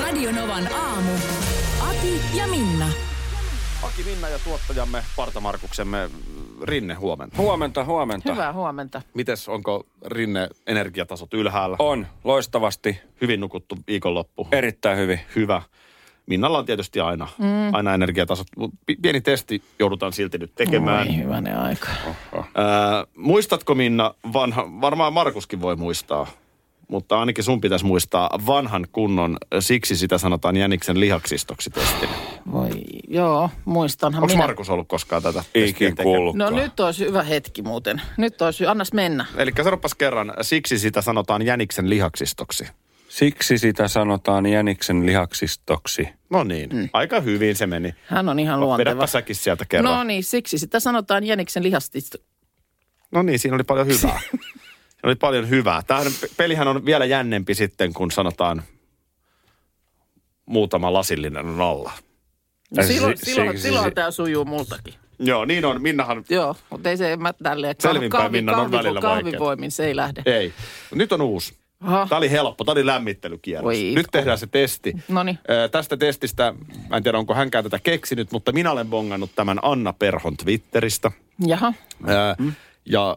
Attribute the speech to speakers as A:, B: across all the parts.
A: Radionovan aamu. Ati ja Minna.
B: Aki Minna ja tuottajamme Parta Markuksemme mm, Rinne huomenta.
C: Huomenta, huomenta.
D: Hyvää huomenta.
B: Mites onko Rinne energiatasot ylhäällä?
C: On, loistavasti,
B: Hyvin nukuttu viikonloppu.
C: erittäin hyvin.
B: Hyvä. Minnalla on tietysti aina, mm. aina energiatasot. Mut pi- Pieni testi joudutaan silti nyt tekemään.
D: Oi hyvänen aika.
B: Ää, muistatko Minna, vanha, varmaan Markuskin voi muistaa, mutta ainakin sun pitäisi muistaa vanhan kunnon, siksi sitä sanotaan jäniksen lihaksistoksi testin.
D: Voi, joo, muistanhan
B: Onko
D: minä.
B: Markus ollut koskaan tätä? testiä
C: Ikin
B: tekemässä?
D: No
C: kuullutkaan.
D: nyt olisi hyvä hetki muuten. Nyt olisi, annas mennä.
B: Eli sanopas kerran, siksi sitä sanotaan jäniksen lihaksistoksi.
C: Siksi sitä sanotaan jäniksen lihaksistoksi.
B: No niin, mm. aika hyvin se meni.
D: Hän on ihan
B: No,
D: luonteva.
B: Vedäpä säkin sieltä
D: No
B: kerran.
D: niin, siksi sitä sanotaan jäniksen lihastista.
B: No niin, siinä oli paljon hyvää. siinä oli paljon hyvää. Tämähän pe- pelihän on vielä jännempi sitten, kun sanotaan muutama lasillinen on alla.
D: No,
C: Äh, Si-
D: silloin
C: si-
D: silloin,
C: si-
D: silloin
C: si-
D: tämä sujuu multakin.
B: Joo, niin on. Minnahan
D: Joo, mutta ei se en mä tälleen.
B: Selvinpäin Minnan on välillä
D: Kahvivoimin se ei lähde.
B: ei. Mut Nyt on uusi.
D: Aha.
B: Tämä oli helppo, tämä oli lämmittelykierros.
D: Voi
B: Nyt
D: itku.
B: tehdään se testi.
D: Noniin.
B: Ö, Tästä testistä, mä en tiedä onko hänkään tätä keksinyt, mutta minä olen bongannut tämän Anna Perhon Twitteristä.
D: Jaha,
B: Ää, Ja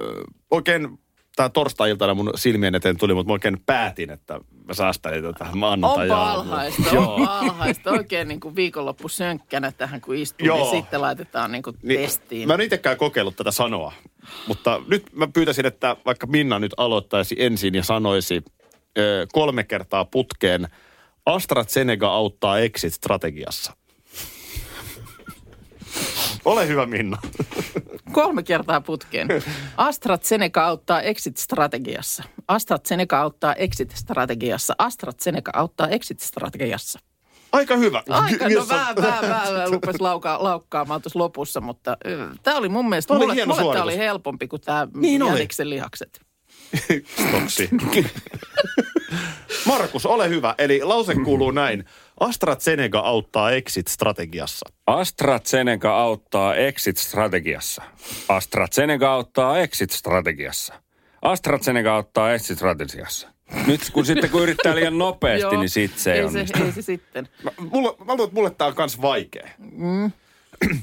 B: ö, oikein tämä torstai-iltana mun silmien eteen tuli, mutta mä oikein päätin, että mä säästän tätä maanantai
D: onpa alhaista, onpa alhaista. Oikein niin kuin viikonloppu sönkkänä tähän, kun istuu,
B: Joo.
D: niin sitten laitetaan niin kuin testiin.
B: Mä en itsekään kokeillut tätä sanoa, mutta nyt mä pyytäisin, että vaikka Minna nyt aloittaisi ensin ja sanoisi ö, kolme kertaa putkeen, AstraZeneca auttaa exit-strategiassa. Ole hyvä Minna.
D: Kolme kertaa putkeen. AstraZeneca auttaa exit-strategiassa. AstraZeneca auttaa exit-strategiassa. AstraZeneca auttaa exit-strategiassa.
B: Aika hyvä.
D: Aika, no
B: Jos on-
D: vähän, vähän, vähän rupesi lauka, laukkaamaan tuossa lopussa, mutta tämä oli mun mielestä,
B: Tää oli
D: mulle,
B: hieno
D: mulle tämä
B: suoritus.
D: oli helpompi kuin tämä
B: Niin oli.
D: jäniksen lihakset.
B: Toksi. Markus, ole hyvä. Eli lause kuuluu näin. AstraZeneca auttaa exit-strategiassa.
C: AstraZeneca auttaa exit-strategiassa. AstraZeneca auttaa exit-strategiassa. AstraZeneca auttaa exit-strategiassa. Nyt kun sitten kun yrittää liian nopeasti,
D: Joo,
C: niin sit se ei
D: ei se,
C: onnistu.
D: ei se sitten.
B: Mä, mulla, mä luulen, että mulle tää on kans vaikea.
D: Mm.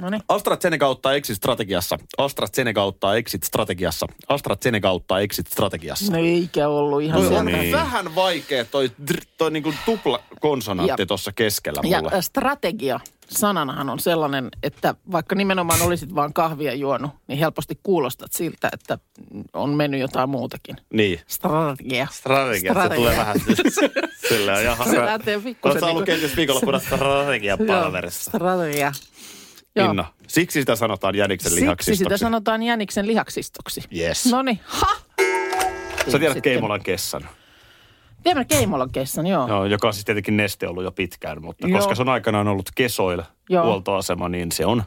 D: No niin.
B: AstraZeneca auttaa exit-strategiassa. AstraZeneca auttaa exit-strategiassa. AstraZeneca auttaa exit-strategiassa.
D: No eikä ollut ihan
B: Toi
D: sieltä.
B: on niin. vähän vaikea toi, dr- toi niinku tupla konsonantti
D: Ja-
B: tuossa keskellä
D: Ja
B: mulle.
D: äh, strategia sananahan on sellainen, että vaikka nimenomaan olisit vaan kahvia juonut, niin helposti kuulostat siltä, että on mennyt jotain muutakin.
B: niin.
D: Strategia.
B: Strategia, se tulee vähän sillä jaha.
D: Se lähtee pikkusen
B: Oletko sä ollut
D: niinku-
B: kenties viikonloppuna
D: Joo,
B: strategiapalverissa?
D: Strategia. Joo.
B: Minna, siksi sitä sanotaan jäniksen
D: Siksi
B: lihaksistoksi.
D: sitä sanotaan jäniksen lihaksistoksi.
B: Yes.
D: No niin, ha!
B: Sä tiedät
D: Sitten.
B: Keimolan kessan,
D: Tiedän Keimolan kessan, joo.
B: no, joka on siis tietenkin neste ollut jo pitkään, mutta
D: Joo.
B: koska se on aikanaan ollut kesoilla
D: Joo.
B: huoltoasema, niin se on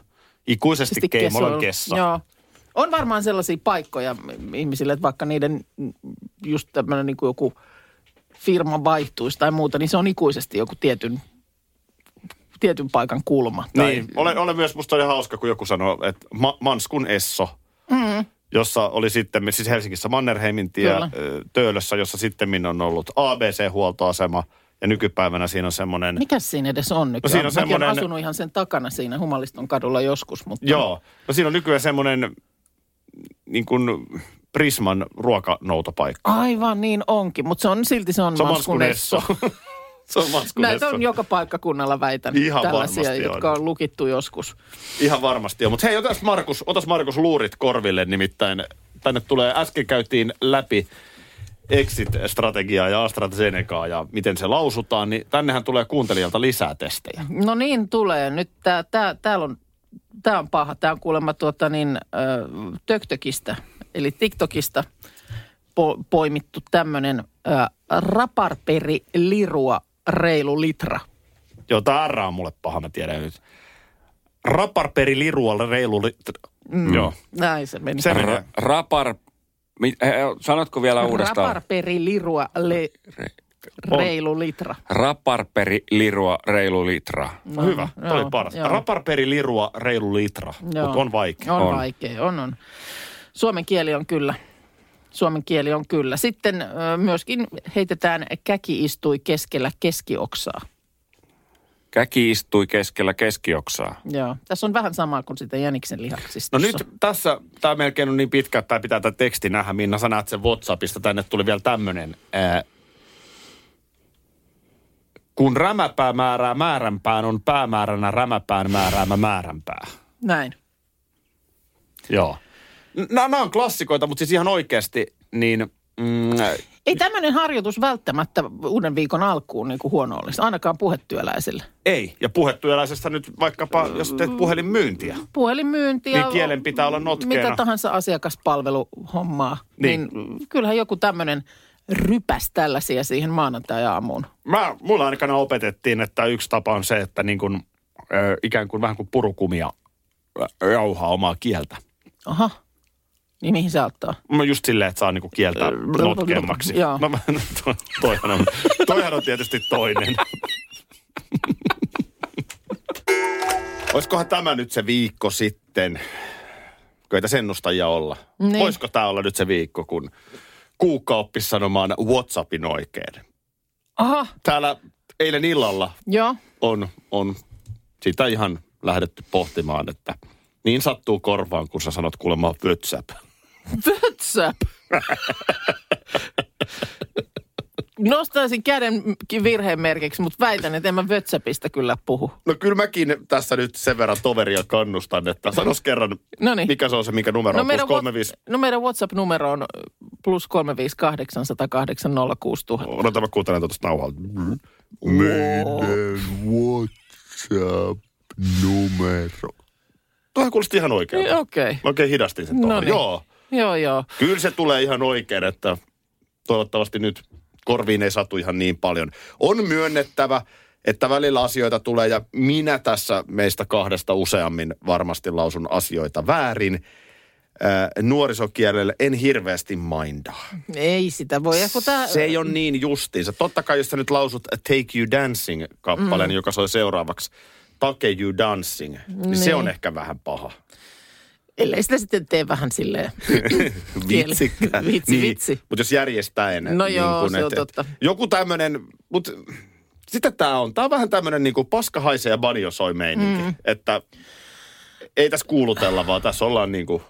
B: ikuisesti
D: Tietysti
B: Keimolan
D: kesoilla.
B: kessa.
D: Joo. On varmaan sellaisia paikkoja mm, ihmisille, että vaikka niiden mm, just tämmöinen niin kuin joku firma vaihtuisi tai muuta, niin se on ikuisesti joku tietyn, tietyn paikan kulma. Tai
B: Niin, olen, olen myös, musta oli hauska, kun joku sanoi, että ma, Manskun Esso, mm. jossa oli sitten, siis Helsingissä Mannerheimin tie
D: Mm-hmm. Kyllä.
B: ö, Töölössä, jossa sitten on ollut ABC-huoltoasema, ja nykypäivänä siinä on semmoinen
D: Mikäs siinä edes on nykyään?
B: No siinä on
D: Mäkin
B: semmoinen-
D: olen asunut ihan sen takana siinä Humaliston kadulla joskus, mutta
B: Joo. No siinä on nykyään semmoinen niin kuin Prisman ruokanoutopaikka.
D: aivan niin onkin, mutta se on silti se on
B: Se on
D: Manskunesso.
B: Maskunesso. se on Maskunesso.
D: Näitä on joka paikkakunnalla väitän.
B: Ihan
D: tällaisia,
B: varmasti on.
D: jotka on lukittu joskus.
B: Ihan varmasti on. Mutta hei, otas Markus, otas Markus luurit korville nimittäin. Tänne tulee, äsken käytiin läpi exit-strategiaa ja AstraZenecaa ja miten se lausutaan, niin tännehän tulee kuuntelijalta lisää testejä.
D: No niin tulee. Nyt tää, tää, täällä on, tää on paha. Tää on kuulemma tuota niin, ö, töktökistä, eli TikTokista po, poimittu tämmöinen raparperi lirua reilu litra.
B: Joo, tämä R on mulle paha, mä tiedän nyt. Raparperi lirualle reilu... Li... Mm. Joo.
D: Näin se meni.
B: Se menee.
C: Ra- rapar... Mi- eh, eh, sanotko vielä uudestaan?
D: Raparperi lirua le, reilu litra.
C: Raparperi lirua reilu litraa.
B: No, Hyvä, toi oli
D: joo,
B: paras.
D: joo.
B: Raparperi lirua reilu litra,
D: Joo. No.
B: mutta on vaikea.
D: On,
C: On.
D: on vaikea, on, on. Suomen kieli on kyllä. Suomen kieli on kyllä. Sitten ö, myöskin heitetään käki istui keskellä keskioksaa.
C: Käki istui keskellä keskioksaa.
D: Joo. Tässä on vähän samaa kuin sitä jäniksen lihaksista.
B: No nyt tässä, tämä melkein on niin pitkä, että tämä pitää tämä teksti nähdä. Minna, sä näet sen Whatsappista. Tänne tuli vielä tämmöinen. Ää, kun rämäpää määrää määränpään, on päämääränä rämäpään määräämä määränpää.
D: Näin.
B: Joo. Nämä on klassikoita, mutta siis ihan oikeasti, niin mm,
D: Ei tämmöinen harjoitus välttämättä uuden viikon alkuun niin kuin huono olisi, ainakaan puhetyöläisille.
B: ei. Ja puhetyöläisestä nyt vaikkapa, jos teet puhelinmyyntiä.
D: Puhelinmyyntiä.
B: Niin kielen pitää olla notkeena.
D: Mitä tahansa asiakaspalveluhommaa.
B: Niin.
D: Niin. niin kyllähän joku tämmöinen rypäs tällaisia siihen maanantai-aamuun.
B: Mä, mulla aikana opetettiin, että yksi tapa on se, että niin kun, ö, ikään kuin vähän kuin purukumia ö, jauhaa omaa kieltä.
D: Aha. Niin mihin se auttaa?
B: Mä just silleen, että saa niinku kieltä notkeammaksi.
D: Joo.
B: No, mä- to- toihan, on, toihan on tietysti toinen. Olisikohan tämä nyt se viikko sitten? Köitä sennustajia olla.
D: Niin.
B: Voisiko tämä olla nyt se viikko, kun Kuukka oppi sanomaan Whatsappin oikein?
D: Aha,
B: Täällä eilen illalla
D: joo.
B: on, on sitä ihan lähdetty pohtimaan, että niin sattuu korvaan, kun sä sanot kuulemma WhatsApp.
D: WhatsApp. Nostaisin käden ki- virheen merkiksi, mutta väitän, että en mä WhatsAppista kyllä puhu.
B: No kyllä mäkin tässä nyt sen verran toveria kannustan, että sanos kerran,
D: Noniin.
B: mikä se on se, mikä numero
D: No
B: on, plus
D: meidän,
B: kolme
D: wa-
B: viisi.
D: no meidän WhatsApp-numero on ö, plus 358806000.
B: Odota, mä kuuntelen tuosta nauhalta. Meidän WhatsApp-numero. Tuohan kuulosti ihan oikein.
D: Niin, Okei.
B: Mä oikein hidastin sen tuohon.
D: Noniin.
B: Joo.
D: Joo, joo.
B: Kyllä se tulee ihan oikein, että toivottavasti nyt korviin ei satu ihan niin paljon. On myönnettävä, että välillä asioita tulee ja minä tässä meistä kahdesta useammin varmasti lausun asioita väärin. Äh, nuorisokielellä en hirveästi mindaa.
D: Ei sitä voi. Ja kun tää,
B: Se ei ole niin justiinsa. Totta kai, jos sä nyt lausut Take You Dancing-kappaleen, mm. joka soi seuraavaksi Take You Dancing, niin, niin se on ehkä vähän paha.
D: Ellei sitä sitten tee vähän silleen. Kieli.
B: Vitsikkä.
D: Vitsi, vitsi.
B: Mutta Niin. jos niin järjestäen.
D: No joo, se on totta.
B: Joku tämmöinen, mutta sitä tämä on. Tämä on vähän tämmöinen niinku paska haisee ja banjo soi meininki. Mm. Että ei tässä kuulutella, vaan tässä ollaan niinku,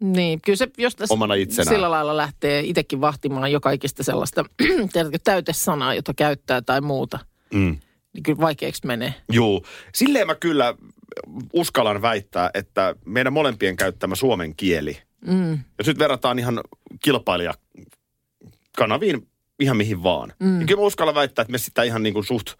D: Niin, kyllä se, jos tässä
B: Omana itsenään.
D: sillä lailla lähtee itsekin vahtimaan jokaikista sellaista tiedätkö, täytesanaa, jota käyttää tai muuta,
B: Mm.
D: niin kyllä vaikeaksi menee.
B: juu. Silleen mä kyllä uskallan väittää, että meidän molempien käyttämä suomen kieli,
D: Mm,
B: jos nyt verrataan ihan kilpailijakanaviin ihan mihin vaan, mm. niin kyllä mä uskallan väittää, että me sitä ihan niinku suht,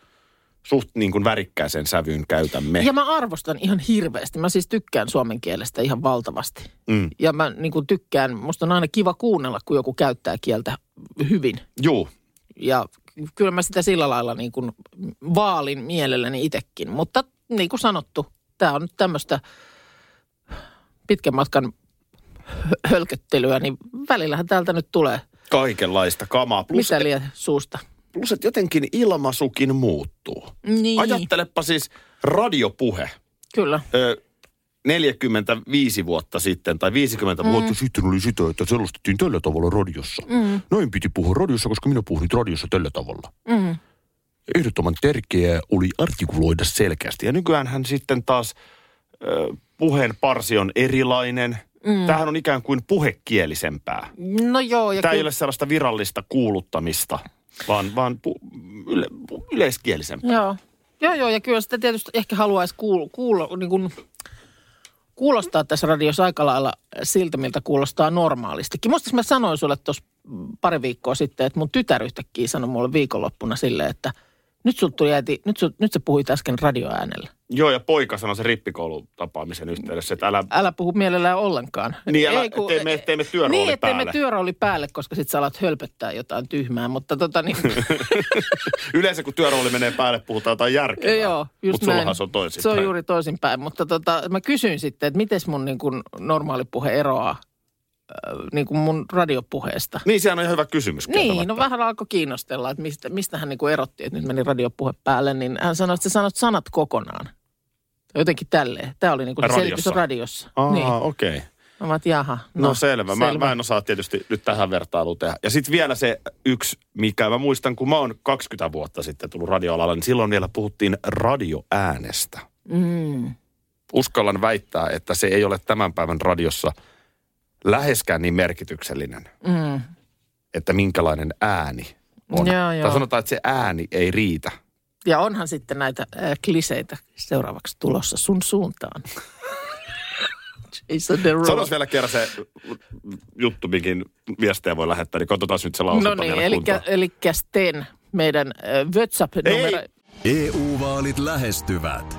B: suht niinku värikkääseen sävyyn käytämme.
D: Ja mä arvostan ihan hirveästi. Mä siis tykkään suomen kielestä ihan valtavasti.
B: Mm.
D: Ja mä niin kuin tykkään, musta on aina kiva kuunnella, kun joku käyttää kieltä hyvin.
B: Juu.
D: Ja kyllä mä sitä sillä lailla niin kuin vaalin mielelläni itsekin. Mutta niin kuin sanottu, tämä on nyt tämmöistä pitkän matkan hölköttelyä, niin välillähän täältä nyt tulee
B: Kaikenlaista kamaa. Plus,
D: mitä lie suusta.
B: plus että jotenkin ilmaisukin muuttuu.
D: Niin,
B: Ajattelepa siis radiopuhe.
D: kyllä.
B: Ö, 45 vuotta sitten tai 50 mm. vuotta sitten oli sitä, että selostettiin tällä tavalla radiossa. Mm. Noin piti puhua radiossa, koska minä puhun nyt radiossa tällä tavalla. Mm. Ehdottoman tärkeää oli artikuloida selkeästi. Ja nykyäänhän sitten taas ö, puheen parsi on erilainen. Mm. Tämähän on ikään kuin puhekielisempää.
D: No joo, ja
B: Tämä ei
D: kyllä,
B: ole sellaista virallista kuuluttamista, vaan, vaan pu, yle, pu, yleiskielisempää.
D: joo. joo, joo, ja kyllä sitä tietysti ehkä haluaisi kuul, kuulo, niin kuin, kuulostaa tässä radiossa aika lailla siltä, miltä kuulostaa normaalistikin. Musta mä sanoin sulle tuossa pari viikkoa sitten, että mun tytär yhtäkkiä sanoi mulle viikonloppuna silleen, että Nyt, sul tuli äiti, nyt, sul, nyt sä puhuit äsken radioäänellä.
B: Joo, ja poika sanoi sen rippikoulutapaamisen yhteydessä, että älä...
D: Älä puhu mielellään ollenkaan.
B: Niin, älä- ettei mene- ettei mene työrooli
D: Niin, ettei
B: päälle.
D: me työrooli päälle, koska sit sä alat hölpöttää jotain tyhmää, mutta tota niin,
B: Yleensä kun työrooli menee päälle, puhutaan jotain järkevää.
D: joo, just
B: Mutta
D: näin.
B: sullahan se on toisin.
D: Se on juuri toisinpäin, mutta tota, mä kysyin sitten, että miten mun niin kuin normaali puhe eroaa äh, niin kuin mun radiopuheesta.
B: Niin, sehän on ihan hyvä kysymys.
D: Niin,
B: kieltämättä.
D: no vähän alkoi kiinnostella, että mistä, mistä hän niin kuin erotti, että nyt meni radiopuhe päälle, niin hän sanoi, että sä sanot sanat kokonaan. Jotenkin tälleen. Tämä oli niin kuin
B: Radiossa.
D: selitys radiossa.
B: Aa,
D: Niin.
B: okei. Okay.
D: Mä vaan, että jaha.
B: No, no selvä. Mä, mä en osaa tietysti nyt tähän vertailuun tehdä. Ja sitten vielä se yksi, mikä mä muistan, kun mä oon 20 vuotta sitten tullut radioalalle, niin silloin vielä puhuttiin radioäänestä.
D: Mm.
B: Uskallan väittää, että se ei ole tämän päivän radiossa läheskään niin merkityksellinen,
D: Mm.
B: että minkälainen ääni on.
D: Joo, joo.
B: Tai sanotaan, että se ääni ei riitä.
D: Ja onhan sitten näitä äh, kliseitä seuraavaksi tulossa sun suuntaan. Jason Derulo.
B: Sanois vielä kerran se juttu, mihin viestejä voi lähettää, niin katsotaan nyt se lausunto
D: No niin,
B: vielä kuntoon.
D: eli Sten, meidän äh, WhatsApp-numero.
B: Ei.
E: EU-vaalit E lähestyvät.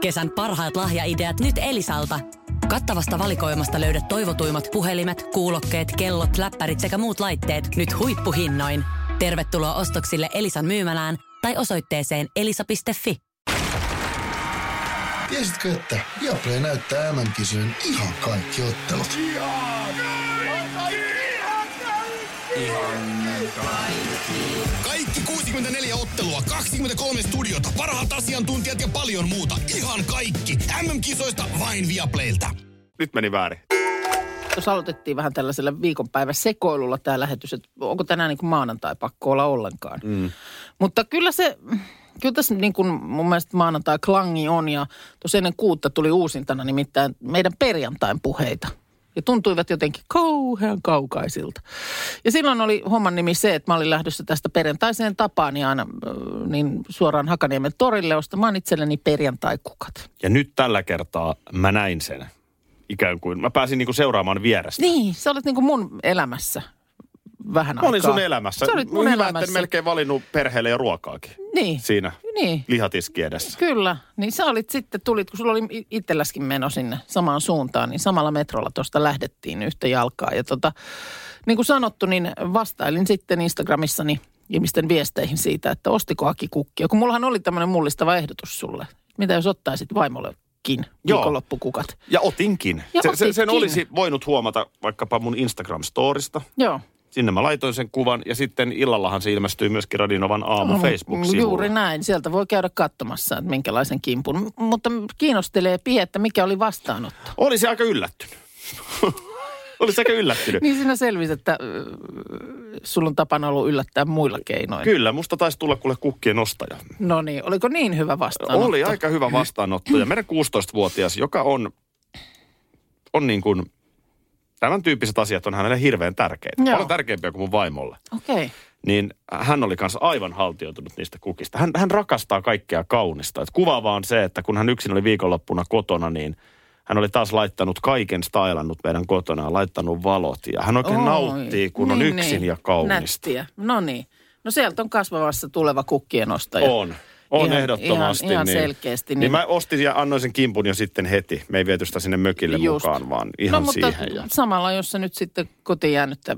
A: Kesän parhaat lahjaideat nyt Elisalta. Kattavasta valikoimasta löydät toivotuimmat puhelimet, kuulokkeet, kellot, läppärit sekä muut laitteet nyt huippuhinnoin. Tervetuloa ostoksille Elisan myymälään tai osoitteeseen elisa.fi.
F: Tiesitkö, että Viaplay näyttää MM-kisojen ihan kaikki ottelut?
G: Kaikki 64 ottelua, 23 studiota, parhaat asiantuntijat ja paljon muuta. Ihan kaikki. MM-kisoista vain Viaplaylta.
B: Nyt meni väärin.
D: Tuossa aloitettiin vähän tällaisella viikonpäivän sekoilulla tämä lähetys, että onko tänään niin kuin maanantai pakko olla ollenkaan. Mm. Mutta kyllä se, kyllä tässä niin kuin mun mielestä maanantai klangi on ja tuossa ennen kuutta tuli uusintana nimittäin meidän perjantain puheita. Ja tuntuivat jotenkin kauhean kaukaisilta. Ja silloin oli homman nimi se, että mä olin lähdössä tästä perjantaiseen tapaan ja aina äh, niin suoraan Hakaniemen torille ostamaan itselleni perjantai-kukat.
B: Ja nyt tällä kertaa mä näin sen. Ikään kuin. Mä pääsin niinku seuraamaan vierestä.
D: Niin, sä olet niin kuin mun elämässä vähän
B: Mä olin
D: aikaa.
B: sun elämässä.
D: Sä olit mun
B: Hyvä,
D: elämässä.
B: että melkein valinnut perheelle jo ruokaakin.
D: Niin,
B: Siinä
D: niin.
B: lihatiski edessä.
D: Kyllä, niin sä olit sitten, tulit, kun sulla oli i- itselläskin meno sinne samaan suuntaan, niin samalla metrolla tuosta lähdettiin yhtä jalkaa. Ja tota, niin kuin sanottu, niin vastailin sitten Instagramissani ihmisten viesteihin siitä, että ostiko Aki kukkia. Kun mullahan oli tämmöinen mullistava ehdotus sulle. Mitä jos ottaisit vaimollekin
B: Joo.
D: viikonloppukukat?
B: Ja otinkin.
D: Ja
B: se, se, sen
D: otitkin.
B: olisi voinut huomata vaikkapa mun Instagram-storista.
D: Joo.
B: Sinne mä laitoin sen kuvan ja sitten illallahan se ilmestyy myöskin Radinovan aamu
D: No,
B: Facebook-sivulla.
D: Juuri näin. Sieltä voi käydä katsomassa, että minkälaisen kimpun. M- Mutta kiinnostelee pie, että mikä oli vastaanotto.
B: Oli se aika yllättynyt. Oli se aika yllättynyt.
D: Niin sinä selvisi, että äh, sulla on tapana ollut yllättää muilla keinoin.
B: Kyllä, musta taisi tulla kuule kukkien ostaja.
D: No niin, oliko niin hyvä vastaanotto?
B: Oli aika hyvä vastaanotto. Ja meidän 16-vuotias, joka on, on niin kuin, tämän tyyppiset asiat on hänelle hirveän tärkeitä.
D: Joo.
B: Joo. Paljon tärkeämpiä kuin mun vaimolle.
D: Okei. Okay.
B: Niin hän oli kanssa aivan haltioitunut niistä kukista. Hän, hän rakastaa kaikkea kaunista. Et kuvaavaa on se, että kun hän yksin oli viikonloppuna kotona, niin hän oli taas laittanut kaiken stailannut meidän kotona ja laittanut valot. Ja hän oikein Oi. nauttii, kun niin, on yksin niin. ja kaunista.
D: Nättiä. No niin. No sieltä on kasvavassa tuleva kukkien ostaja.
B: On. On
D: Ihan-
B: ihan, ehdottomasti.
D: ihan- ihan
B: niin.
D: selkeästi,
B: Niin.
D: niin.
B: niin mä ostin ja annoin sen kimpun jo sitten heti. Me ei viety sitä sinne mökille Just. mukaan, vaan ihan
D: no, mutta
B: siihen. Ja...
D: samalla, jos se nyt sitten kotiin jäänyttä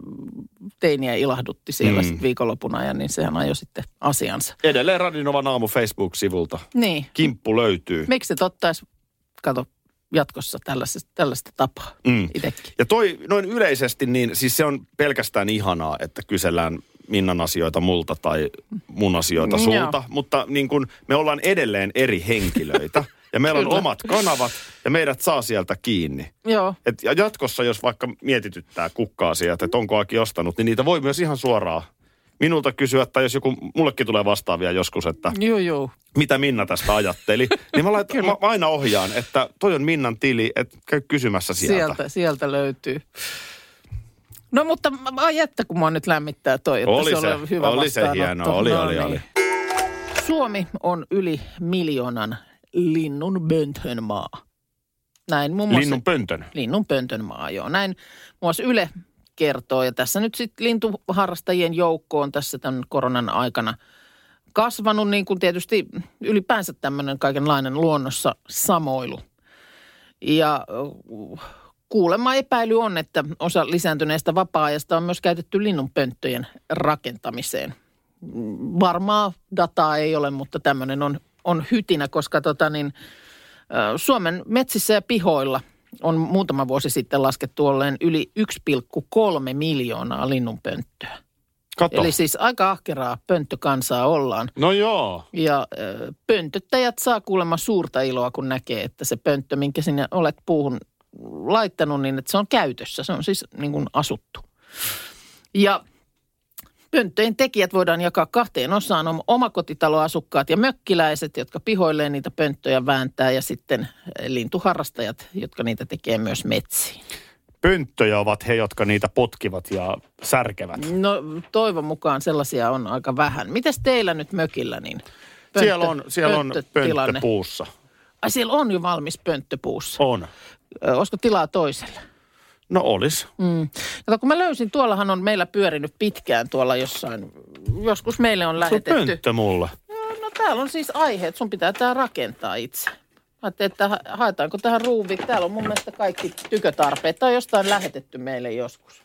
D: teiniä ilahdutti siellä mm. sitten viikonlopun ajan, niin sehän ajoi sitten asiansa.
B: Edelleen Radinovan aamu Facebook-sivulta.
D: Niin.
B: Kimppu löytyy. Me...
D: Miksi et ottaisi, kato, jatkossa tällaista, tällaista tapaa mm. itsekin?
B: Ja toi noin yleisesti, niin siis se on pelkästään ihanaa, että kysellään Minnan asioita multa tai mun asioita
D: Mm, Joo.
B: sulta. Mutta niin kun me ollaan edelleen eri henkilöitä ja meillä on
D: Kyllä.
B: omat kanavat ja meidät saa sieltä kiinni.
D: Joo.
B: Et ja jatkossa, jos vaikka mietityttää kukka-asiat, että onko Aki ostanut, niin niitä voi myös ihan suoraan minulta kysyä. Tai jos joku, mullekin tulee vastaavia joskus, että
D: Joo, joo.
B: mitä Minna tästä ajatteli, niin mä, laitan, mä aina ohjaan, että toi on Minnan tili, että käy kysymässä sieltä.
D: Sieltä, sieltä löytyy. No mutta mä- ai että kun mua nyt lämmittää toi, että
B: Oli
D: se,
B: se,
D: oli hyvä
B: oli se
D: vastaanotto. No niin.
B: hienoa, oli, oli, oli.
D: Suomi on yli miljoonan linnun böntön maa. Näin muun muassa...
B: Linnun pöntön.
D: linnun pöntön maa, joo. Näin muun muassa Yle kertoo. Ja tässä nyt sitten lintuharrastajien joukko on tässä tämän koronan aikana kasvanut, niin kuin tietysti ylipäänsä tämmöinen kaikenlainen luonnossa samoilu. Ja äh, kuulemma epäily on, että osa lisääntyneestä vapaa-ajasta on myös käytetty linnunpönttöjen rakentamiseen. Mm, Varmaa dataa ei ole, mutta tämmöinen on, on hytinä, koska tota niin, Ö, Suomen metsissä ja pihoilla on muutama vuosi sitten laskettu olleen yli 1,3 miljoonaa linnunpönttöä.
B: Kato.
D: Eli siis aika ahkeraa pönttökansaa ollaan.
B: No joo.
D: Ja ö, pöntöttäjät saa kuulemma suurta iloa, kun näkee, että se pönttö, minkä sinne olet puuhun laittanut, niin että se on käytössä. Se on siis niin kuin asuttu. Ja pönttöjen tekijät voidaan jakaa kahteen osaan. On omakotitaloasukkaat ja mökkiläiset, jotka pihoilleen niitä pönttöjä vääntää ja sitten ö, lintuharrastajat, jotka niitä tekee myös metsiin.
B: Pönttöjä ovat he, jotka niitä potkivat ja särkevät.
D: No toivon mukaan sellaisia on aika vähän. Mitäs teillä nyt mökillä niin? Pönttö,
B: siellä on, siellä on pönttö
D: pönttötilanne?
B: puussa.
D: Ai siellä on jo valmis pönttöpuussa.
B: On.
D: Ö, Olisiko tilaa toiselle?
B: No olis.
D: Mm. Kato, kun mä löysin, tuollahan on meillä pyörinyt pitkään tuolla jossain. Joskus meille on
B: Se on
D: lähetetty.
B: pönttö mulla.
D: no täällä on siis aihe, että sun pitää tää rakentaa itse. Mä ajattelin, että ha- haetaanko tähän ruuvi. Täällä on mun mielestä kaikki tykötarpeet. Tää on jostain lähetetty meille joskus.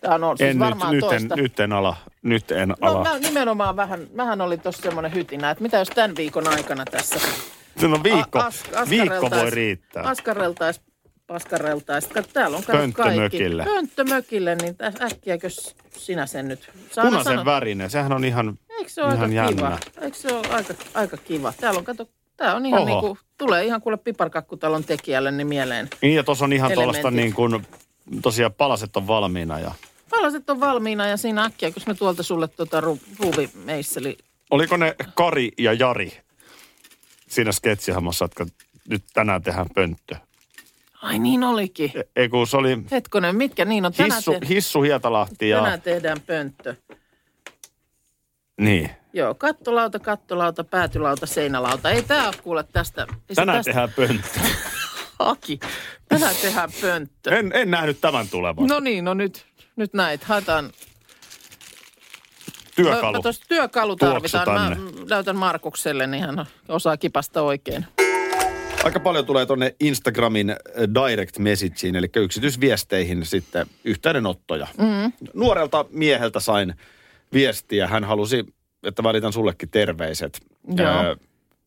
D: Tää on ollut siis
B: en nyt,
D: varmaan
B: nyt, en,
D: toista.
B: nyt en ala. Nyt en
D: No
B: ala.
D: mä nimenomaan vähän, vähän oli tossa semmoinen hytinä, että mitä jos tämän viikon aikana tässä
B: No viikko,
D: A- as-
B: viikko voi
D: askarreltais-
B: riittää.
D: Askareltais, paskareltais. Kato, Täällä on kato
B: Pönttömökille.
D: kaikki. Pönttömökille. niin tä- äkkiäkö sinä sen nyt? Sä aina
B: Punaisen
D: sanot-
B: värinen, sehän on ihan,
D: Eikö se ole
B: ihan
D: aika
B: jännä.
D: kiva? Eikö se ole aika, aika kiva? Täällä on, kato, tää on ihan
B: Oho.
D: niinku, tulee ihan kuule piparkakkutalon tekijälle niin mieleen.
B: Niin ja tuossa on ihan tuollaista niin
D: Elementit.
B: kuin, tosiaan palaset on valmiina ja...
D: Palaset on valmiina ja siinä äkkiä, kun mä tuolta sulle tuota ru- ruuvimeisseli.
B: Oliko ne Kari ja Jari siinä sketsihammassa, jotka nyt tänään tehdään pönttö?
D: Ai niin olikin.
B: E- Ei kun se oli
D: Hetkonen, mitkä niin on? Tänään,
B: Hissu,
D: te-
B: hissu Hietalahti ja...
D: tänään tehdään pönttö.
B: Niin.
D: Joo, kattolauta, kattolauta, päätylauta, seinälauta. Ei tää ole kuule tästä. Ei se
B: Tänään
D: tästä
B: tehdään pönttö.
D: Aki. Tänään tehdään pönttö.
B: En, en nähnyt tämän tulevan. No,
D: No niin, no nyt, nyt näet. Haetaan
B: Työkalu.
D: Mä, mä tos- työkalu
B: Tuoksu
D: tarvitaan. Mä
B: tänne.
D: näytän Markukselle, niin hän osaa kipasta oikein.
B: Aika paljon tulee tuonne Instagramin äh, direct messageen, eli yksityisviesteihin sitten yhteydenottoja.
D: Mm-hmm.
B: Mm. Nuorelta mieheltä sain viestiä. Hän halusi, että välitän sullekin terveiset.
D: Joo.
B: Ää,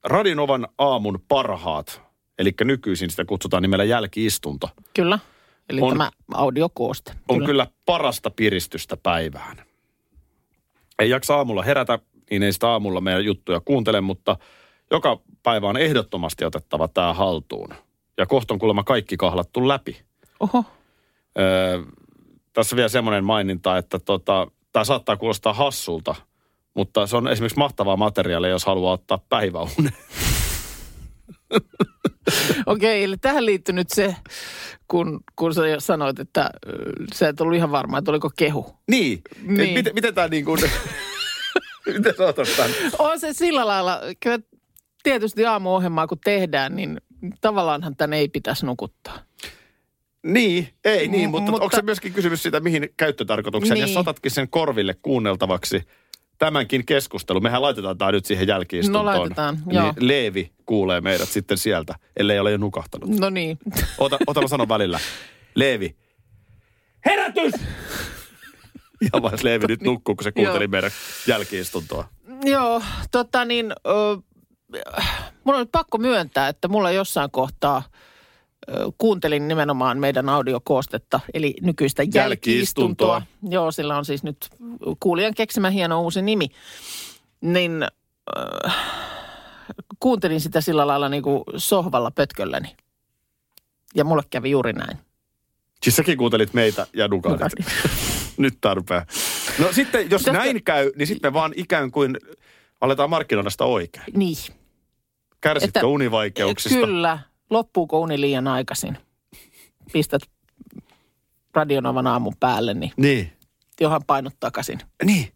B: Radinovan aamun parhaat, eli nykyisin sitä kutsutaan nimellä jälkiistunto,
D: Kyllä. Eli
B: On-
D: on, tämä audiokooste.
B: on kyllä. kyllä parasta piristystä päivään. Ei jaksa aamulla herätä, niin ei sitä aamulla meidän juttuja kuuntele, mutta joka päivä on ehdottomasti otettava tämä haltuun. Ja kohta on kuulemma kaikki kahlattu läpi.
D: Oho.
B: Öö, tässä vielä semmoinen maininta, että tota, tämä saattaa kuulostaa hassulta, mutta se on esimerkiksi mahtavaa materiaalia, jos haluaa ottaa päiväunen.
D: Okei, eli tähän liittyy nyt se, kun, kun sä sanoit, että ö, sä et ollut ihan varma, että oliko kehu.
B: niin. niin. Et
D: Niin.
B: miten, miten tämä niin kuin... miten sä otat tämän?
D: On se sillä lailla, kyllä tietysti aamuohjelmaa kun tehdään, niin tavallaanhan tän ei pitäisi nukuttaa.
B: Niin, ei niin,
D: M-
B: mutta, mutta
D: mutta-
B: onko se myöskin kysymys siitä, mihin käyttötarkoitukseen? Niin.
D: Niin.
B: Jos otatkin sen korville kuunneltavaksi tämänkin keskustelun, mehän laitetaan tämä nyt siihen jälkiistuntoon.
D: No laitetaan,
B: niin
D: joo.
B: Leevi kuulee meidät sitten sieltä, ellei ole jo nukahtanut.
D: No niin.
B: Ota, ota mä sanon välillä. Leevi. Herätys! Ja vaan jos Leevi nyt nukkuu, kun se kuunteli
D: Niin, Joo.
B: meidän jälkiistuntoa.
D: Joo, tota niin, ö, mun on nyt pakko myöntää, että mulla jossain kohtaa ö, kuuntelin nimenomaan meidän audiokoostetta, eli nykyistä
B: Jälki-istuntoa.
D: jälkiistuntoa. Joo, sillä on siis nyt kuulijan keksimä hieno uusi nimi. Niin ö, kuuntelin sitä sillä lailla niin kuin sohvalla pötkölläni. Ja mulle kävi juuri näin.
B: Siis säkin kuuntelit meitä ja nukahdit. Nyt tarpeen. No sitten, jos
D: Tästä-
B: näin käy, niin sitten me vaan ikään kuin Aletaan markkinoida sitä oikein.
D: Niin.
B: Kärsitkö
D: Että-
B: univaikeuksista?
D: Eh, Kyllä. Loppuuko uni liian aikaisin? Pistät radionavan aamun päälle, niin
B: Niin.
D: johan painot takaisin
B: Niin.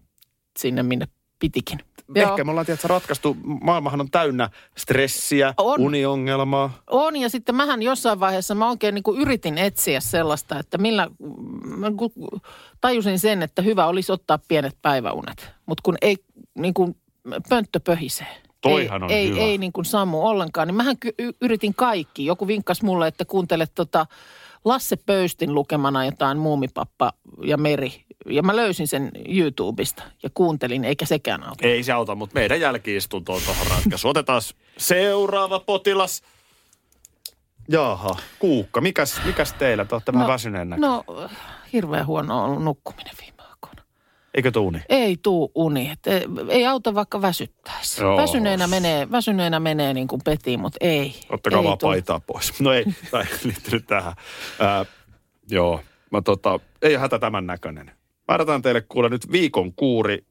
D: sinne, minne pitikin.
B: Joo. Ehkä me ollaan tietysti ratkaistu, maailmahan on täynnä stressiä,
D: On.
B: uniongelmaa.
D: On, ja sitten mähän jossain vaiheessa, mä oikein niin kuin yritin etsiä sellaista, että millä, mä ku- tajusin sen, että hyvä olisi ottaa pienet päiväunet, mutta kun ei niin kuin pönttö pöhisee.
B: Toihan
D: ei,
B: on
D: ei,
B: hyvä.
D: ei niin kuin sammu ollenkaan, niin mähän ky- y- yritin kaikki. Joku vinkkasi mulle, että kuuntele tota Lasse Pöystin lukemana jotain Muumipappa ja Meri. Ja mä löysin sen YouTubesta ja kuuntelin, eikä sekään auta.
B: Ei se auta, mutta meidän jälkiistuntoon tuohon ratkaisu. Otetaan seuraava potilas. Jaha, Kuukka, mikäs, mikäs teillä? Te olette vähän väsyneen näkö.
D: No, hirveän huono on ollut nukkuminen viime aikoina.
B: Eikö tuuni?
D: Ei tuu uni. Et ei, ei auta vaikka väsyttäisi.
B: Joo.
D: Väsyneenä menee, väsyneenä menee niin kuin petiin, mutta ei.
B: Ottakaa
D: ei
B: vaan
D: tuu.
B: paitaa pois. No ei, tämä ei liittynyt tähän. Ää, joo, mä tota, ei ole hätä tämän näköinen. Määrätään teille kuule nyt viikon kuuri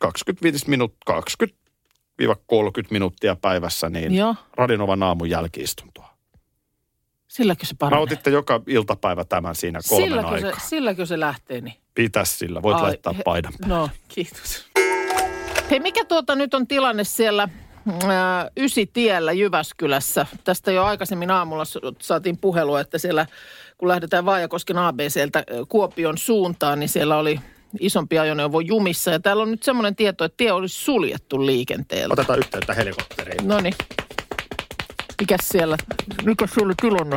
B: 25 minuuttia, 20-30 minuuttia päivässä, niin
D: Joo,
B: Radinovan aamun jälkiistuntoa.
D: silläkö se paranee?
B: Nautitte joka iltapäivä tämän siinä kolmen
D: silläkö
B: aikaa.
D: Se, silläkö se lähtee niin?
B: Pitäs sillä, voit
D: Ai,
B: laittaa
D: he-
B: paidan.
D: No, kiitos. Hei, mikä tuota nyt on tilanne siellä ää, Ysitiellä Jyväskylässä? Tästä jo aikaisemmin aamulla s- saatiin puhelua, että siellä kun lähdetään Vaajakosken ABCltä ö, äh, Kuopion suuntaan, niin siellä oli isompi ajoneuvo jumissa. Ja täällä on nyt semmoinen tieto, että tie olisi suljettu liikenteeltä.
B: Otetaan yhteyttä helikopteriin.
D: No niin. Mikäs siellä? Mikäs siellä tilanne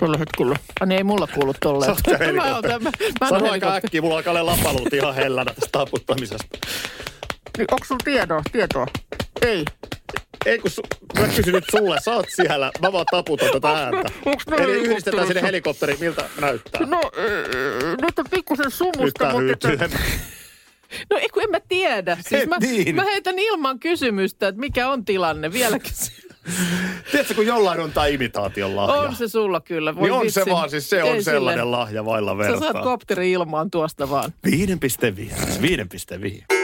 D: tällä hetkellä? Ah, niin ei mulla kuulu tolleen.
B: Sä oot
D: mä oon
B: helikopteri.
D: tämä. Mä en
B: Sano
D: ole
B: aika äkkiä, mulla alkaa olla lapaluut ihan hellänä tästä taputtamisesta.
D: Niin, onko sulla tietoa? Tietoa? Ei.
B: Ei kun su- mä kysyn nyt sulle, sä oot siellä, mä vaan taputan tätä ääntä.
D: onks mä
B: Eli yhdistetään sinne
D: helikopterissa?
B: helikopteriin, miltä näyttää.
D: No, öö, nyt on pikkusen
B: Nyt
D: sumusta,
B: tää
D: mutta...
B: hyytyy.
D: Että... No ei, kun en mä tiedä. Siis
B: Et
D: mä,
B: niin.
D: mä heitän ilman kysymystä, että mikä on tilanne. Vieläkin se
B: Tiedätkö, kun jollain on tää imitaation lahja.
D: on se sulla kyllä. Voi
B: niin on se
D: vitsi.
B: vaan, siis se on
D: Ei
B: sellainen
D: sille.
B: lahja vailla
D: Sä saat
B: vertaa.
D: kopteri ilmaan tuosta vaan.
B: 5,5. 5,5.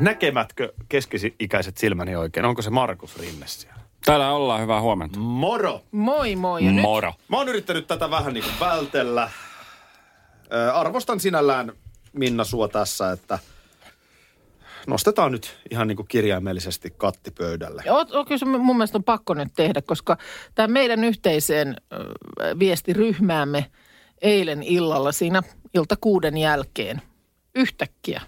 B: Näkemätkö keskisi-ikäiset silmäni oikein? Onko se Markus Rinne siellä?
C: Täällä ollaan, hyvää huomenta.
B: Moro!
D: Moi moi. Mm. Ja nyt
C: Moro.
B: Mä oon yrittänyt tätä vähän niin kuin vältellä. Ö, Arvostan sinällään Minna sua tässä, että nostetaan nyt ihan niin kuin kirjaimellisesti katti pöydälle.
D: Oot, oot, kyllä se mun mielestä on pakko nyt tehdä, koska tämä meidän yhteiseen ö, viestiryhmäämme eilen illalla siinä ilta kuuden jälkeen yhtäkkiä.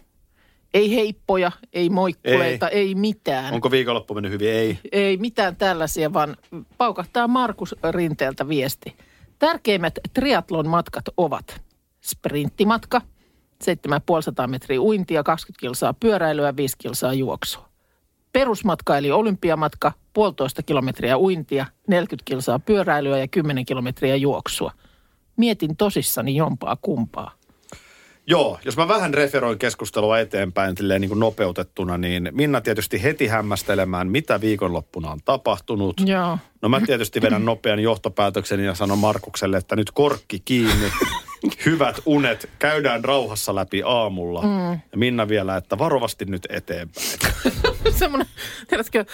D: Ei heippoja, ei moikkuleita, ei, ei mitään.
B: Onko viikonloppu mennyt hyvin? Ei.
D: Ei mitään tällaisia, vaan paukahtaa Markus Rinteeltä viesti. Tärkeimmät triatlon matkat ovat sprinttimatka, 7500 metriä uintia, 20 kilsaa pyöräilyä, 5 kilsaa juoksua. Perusmatka eli olympiamatka, puolitoista kilometriä uintia, 40 kilsaa pyöräilyä ja 10 kilometriä juoksua. Mietin tosissani jompaa kumpaa.
B: Joo, jos mä vähän referoin keskustelua eteenpäin silleen niin kuin nopeutettuna, niin Minna tietysti heti hämmästelemään, mitä viikonloppuna on tapahtunut.
D: Joo.
B: No mä tietysti vedän nopean johtopäätöksen ja sanon Markukselle, että nyt korkki kiinni, hyvät unet, käydään rauhassa läpi aamulla. Mm. Ja Minna vielä, että varovasti nyt eteenpäin.
D: Semmoinen, tiedätkö,